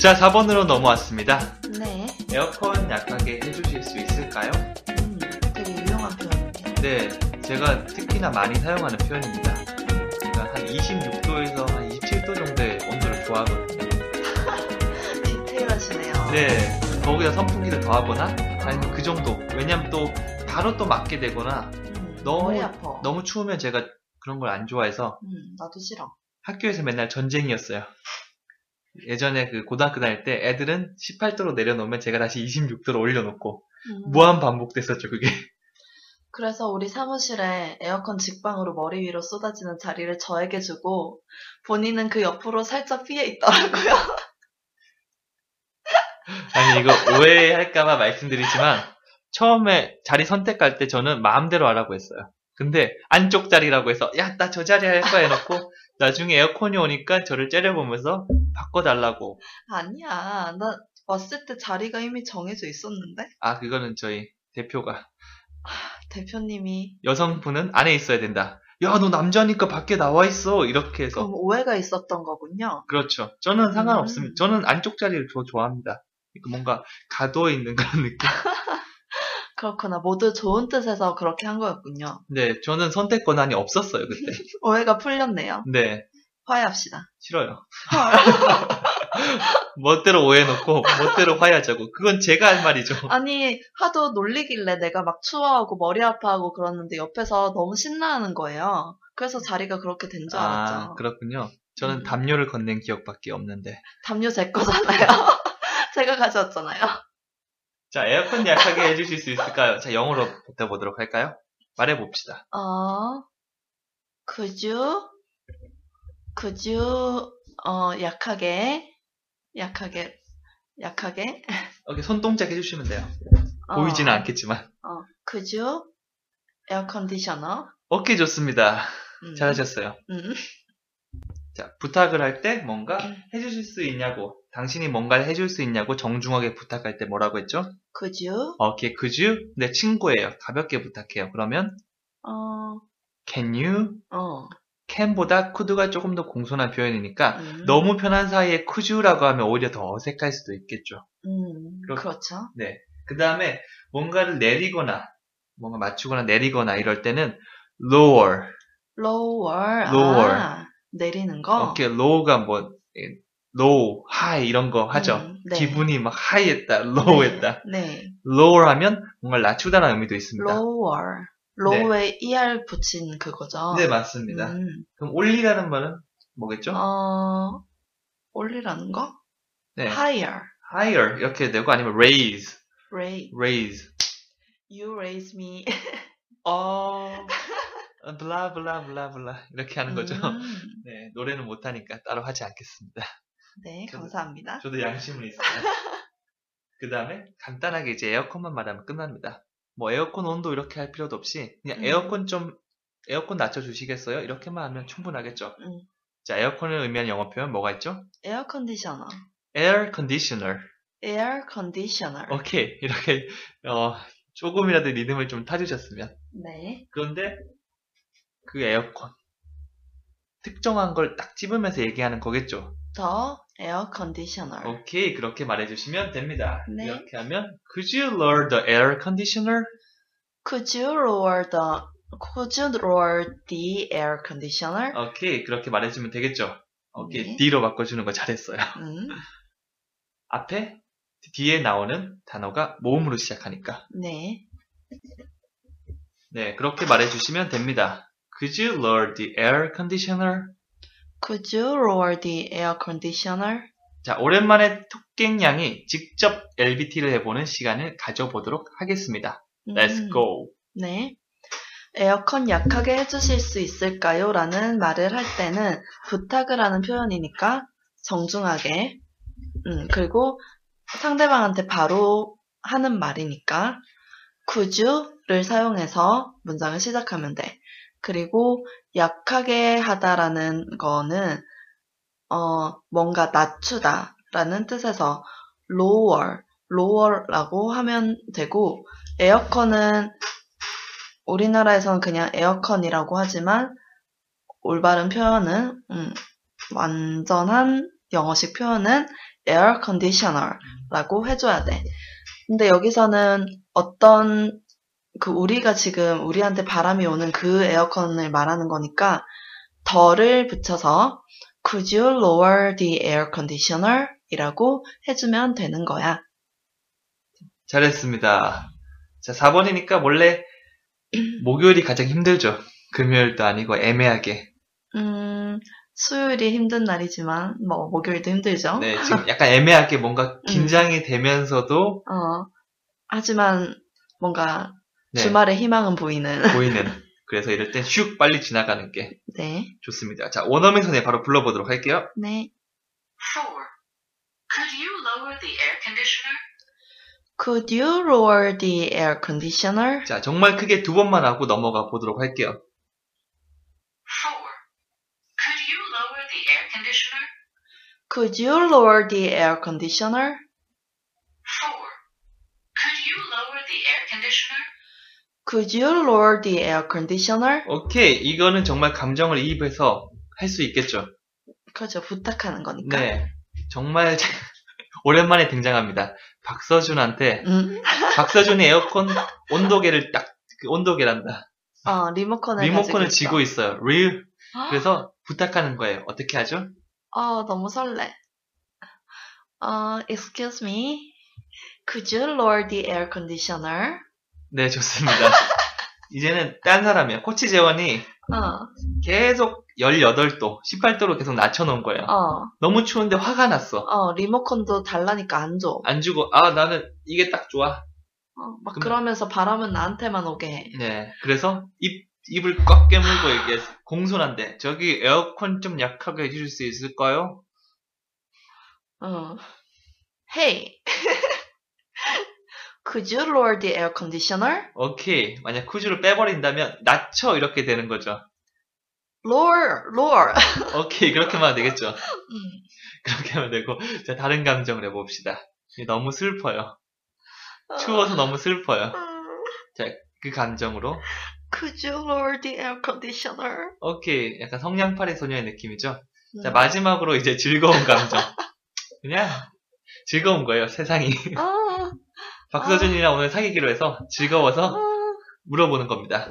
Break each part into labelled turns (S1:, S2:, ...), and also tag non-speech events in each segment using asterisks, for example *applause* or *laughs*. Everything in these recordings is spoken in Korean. S1: 자, 4번으로 넘어왔습니다.
S2: 네.
S1: 에어컨 약하게 해주실 수 있을까요?
S2: 음, 되게 유용한 표현인데.
S1: 네, 제가 특히나 많이 사용하는 표현입니다. 제가 한 26도에서 한 27도 정도의 온도를 좋아하거든요.
S2: 디테일하시네요.
S1: 네, 거기다 선풍기를 더하거나 아니면 그 정도. 왜냐면 또 바로 또 맞게 되거나
S2: 음,
S1: 너무-
S2: 머리 아파.
S1: 너무 추우면 제가 그런 걸 안 좋아해서
S2: 음, 나도 싫어.
S1: 학교에서 맨날 전쟁이었어요. 예전에 그 고등학교 다닐 때 애들은 18도로 내려놓으면 제가 다시 26도로 올려놓고
S2: 음.
S1: 무한 반복됐었죠 그게.
S2: 그래서 우리 사무실에 에어컨 직방으로 머리 위로 쏟아지는 자리를 저에게 주고 본인은 그 옆으로 살짝 피해 있더라고요. *laughs*
S1: 아니 이거 오해할까봐 말씀드리지만 처음에 자리 선택할 때 저는 마음대로 하라고 했어요. 근데 안쪽 자리라고 해서 야 나 저 자리 할 거야 해놓고 나중에 에어컨이 오니까 저를 째려보면서 바꿔달라고
S2: 아니야. 나 왔을 때 자리가 이미 정해져 있었는데
S1: 아 그거는 저희 대표가
S2: 대표님이
S1: 여성분은 안에 있어야 된다. 야 너 남자니까 밖에 나와 있어 이렇게 해서
S2: 그럼 오해가 있었던 거군요.
S1: 그렇죠. 저는 상관없습니다.
S2: 음.
S1: 저는 안쪽 자리를 더 좋아합니다. 그러니까 뭔가 가둬 있는 그런 느낌.
S2: 그렇구나. 모두 좋은 뜻에서 그렇게 한 거였군요.
S1: 네, 저는 선택 권한이 없었어요 그때.
S2: 오해가 풀렸네요.
S1: 네, *laughs*
S2: 화해합시다.
S1: 싫어요. 멋대로 *laughs* 오해놓고 멋대로 화해하자고 그건 제가 할 말이죠
S2: 아니 하도 놀리길래 내가 막 추워하고 머리 아파하고 그러는데 옆에서 너무 신나하는 거예요. 그래서 자리가 그렇게 된 줄 알았죠.
S1: 아 그렇군요 저는
S2: 음.
S1: 담요를 건넨 기억밖에 없는데
S2: 담요 제 거잖아요. *laughs* 제가 가져왔잖아요.
S1: 자 에어컨 약하게 해주실 수 있을까요? 자 영어로 붙여보도록 할까요? 말해봅시다
S2: 어, could you, could you, 어, 약하게, 약하게, 약하게.
S1: 이렇게 손동작 해주시면 돼요
S2: 어,
S1: 보이지는 않겠지만
S2: 어, could you, 에어컨디셔너.
S1: 오케이 좋습니다
S2: 음,
S1: 잘하셨어요
S2: 음.
S1: 자 부탁을 할 때 뭔가 해주실 수 있냐고 당신이 뭔가를 해줄 수 있냐고 정중하게 부탁할 때 뭐라고 했죠?
S2: could you,
S1: 오케이 could you? 내 친구예요 가볍게 부탁해요 그러면
S2: 어,
S1: can you?
S2: 어.
S1: 캔보다 쿠드가 조금 더 공손한 표현이니까
S2: 음,
S1: 너무 편한 사이에 쿠즈라고 하면 오히려 더 어색할 수도 있겠죠.
S2: 음,
S1: 그렇-
S2: 그렇죠.
S1: 그 다음에 뭔가를 내리거나 뭔가 맞추거나 내리거나 이럴 때는 lower.
S2: lower,
S1: lower.
S2: 아, 내리는 거.
S1: 어깨 low가 뭐 예, low, high 이런 거 하죠.
S2: 음, 네.
S1: 기분이 막 high했다, low했다.
S2: 네,
S1: lower 하면 뭔가 낮추다라는 의미도 있습니다.
S2: lower. low에 er 붙인 그거죠.
S1: 네 맞습니다.
S2: 음.
S1: 그럼 올리라는 말은 뭐겠죠?
S2: 어, 올리라는 거?
S1: 네,
S2: Higher.
S1: higher 이렇게 되고 아니면 raise,
S2: Raise.
S1: raise.
S2: You raise me.
S1: *laughs* 어, 블라 블라 블라 블라 이렇게 하는 거죠.
S2: 음,
S1: 네, 노래는 못하니까 따로 하지 않겠습니다. *laughs*
S2: 네,
S1: 저도-
S2: 감사합니다.
S1: 저도 양심은 있어요. 그 다음에 간단하게 이제 에어컨만 말하면 끝납니다. 뭐 에어컨 온도 이렇게 할 필요도 없이 그냥
S2: 음.
S1: 에어컨 좀 에어컨 낮춰주시겠어요? 이렇게만 하면 충분하겠죠.
S2: 음.
S1: 자, 에어컨을 의미하는 영어 표현 뭐가 있죠?
S2: 에어 컨디셔너.
S1: air conditioner.
S2: 에어 컨디셔너.
S1: 오케이, 이렇게 어, 조금이라도 리듬을 좀 타주셨으면.
S2: 네.
S1: 그런데 그 에어컨 특정한 걸 딱 집으면서 얘기하는 거겠죠.
S2: 더 에어 컨디셔너.
S1: 오케이 그렇게 말해주시면 됩니다.
S2: 네.
S1: 이렇게 하면 Could you lower the air conditioner?
S2: Could you lower the Could you lower the air conditioner?
S1: 오케이 그렇게 말해주면 되겠죠. 오케이
S2: 네.
S1: D로 바꿔주는 거 잘했어요. *laughs*
S2: 음,
S1: 앞에 뒤에 나오는 단어가 모음으로 시작하니까
S2: 네.
S1: 네 그렇게 말해주시면 됩니다. Could you lower the air conditioner?
S2: Could you lower the air conditioner?
S1: 자, 오랜만에 톡갱양이 직접 LBT를 해보는 시간을 가져보도록 하겠습니다.
S2: 음.
S1: Let's go!
S2: 네. 에어컨 약하게 해주실 수 있을까요? 라는 말을 할 때는 부탁을 하는 표현이니까 정중하게. 음, 그리고 상대방한테 바로 하는 말이니까 could you를 사용해서 문장을 시작하면 돼. 그리고 약하게 하다라는 거는 어, 뭔가 낮추다라는 뜻에서 lower, lower라고 하면 되고 에어컨은 우리나라에서는 그냥 에어컨이라고 하지만 올바른 표현은 음, 완전한 영어식 표현은 air conditioner라고 해줘야 돼. 근데 여기서는 어떤 그 우리가 지금 우리한테 바람이 오는 그 에어컨을 말하는 거니까 더를 붙여서 could you lower the air conditioner? 이라고 해주면 되는 거야.
S1: 잘했습니다. 자, 4번이니까 원래 목요일이 가장 힘들죠. 금요일도 아니고 애매하게.
S2: 음, 수요일이 힘든 날이지만 뭐 목요일도 힘들죠.
S1: 네, 지금 약간 애매하게
S2: 음.
S1: 뭔가 긴장이 되면서도
S2: 어, 하지만 뭔가
S1: 네,
S2: 주말에 희망은 보이는. *laughs*
S1: 보이는. 그래서 이럴 땐 슉 빨리 지나가는 게
S2: 네,
S1: 좋습니다. 자, 원어민 선생 바로 불러보도록 할게요.
S2: 네.
S3: Four. Could you lower the air conditioner?
S2: Could you lower the air conditioner?
S1: 자, 정말 크게 두 번만 하고 넘어가 보도록 할게요.
S3: Four. Could you lower the air conditioner?
S2: Could you lower the air conditioner?
S3: Four. Could you lower the air conditioner?
S2: Could you lower the air conditioner?
S1: 오케이. 이거는 정말 감정을 이입해서 할 수 있겠죠.
S2: 그렇죠. 부탁하는 거니까.
S1: 네. 정말 *laughs* 오랜만에 등장합니다. 박서준한테
S2: 음,
S1: 박서준이 에어컨 온도계를 딱그 온도계란다.
S2: 어, 리모컨을
S1: 리모컨을
S2: 가지고
S1: 쥐고
S2: 있어.
S1: 있어요. 릴. 그래서 부탁하는 거예요. 어떻게 하죠?
S2: 어, 너무 설레. 어, excuse me. Could you lower the air conditioner?
S1: 네, 좋습니다. 이제는 딴 사람이에요. 코치 재원이
S2: 어,
S1: 계속 18도, 18도로 계속 낮춰놓은 거예요.
S2: 어,
S1: 너무 추운데 화가 났어.
S2: 어, 리모컨도 달라니까 안 줘.
S1: 안 주고, 아, 나는 이게 딱 좋아.
S2: 어, 막
S1: 근데-
S2: 그러면서 바람은 나한테만 오게 해.
S1: 네. 그래서 입, 입을 꽉 깨물고 얘기했어. 공손한데, 저기 에어컨 좀 약하게 해줄 수 있을까요?
S2: 어. Hey. *laughs* Could you lower the air conditioner?
S1: 오케이. 만약 쿠즈를 빼버린다면, 낮춰. 이렇게 되는 거죠.
S2: Lower, lower.
S1: 오케이. 그렇게만 하면 되겠죠.
S2: 음,
S1: 그렇게 하면 되고. 자, 다른 감정을 해봅시다. 너무 슬퍼요.
S2: 어,
S1: 추워서 너무 슬퍼요.
S2: 음,
S1: 그 감정으로.
S2: Could you lower the air conditioner?
S1: 오케이. 약간 성냥팔이 소녀의 느낌이죠. 자,
S2: 음.
S1: 마지막으로 이제 즐거운 감정. 그냥 즐거운 거예요,
S2: *laughs*
S1: 세상이.
S2: 아,
S1: 박서준이랑 오늘 사귀기로 해서 즐거워서
S2: 아.
S1: 물어보는 겁니다.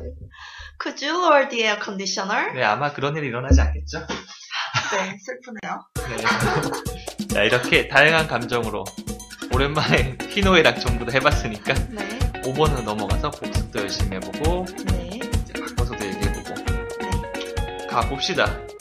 S2: Could you lower the air conditioner?
S1: 네, 아마 그런 일이 일어나지 않겠죠?
S2: 네, 슬프네요.
S1: 네. *laughs* 자, 이렇게 다양한 감정으로 오랜만에 희노애락 전부 다 해봤으니까
S2: 네,
S1: 5번으로 넘어가서 복습도 열심히 해보고
S2: 네,
S1: 이제 바꿔서도 얘기해보고 가봅시다.
S2: 네.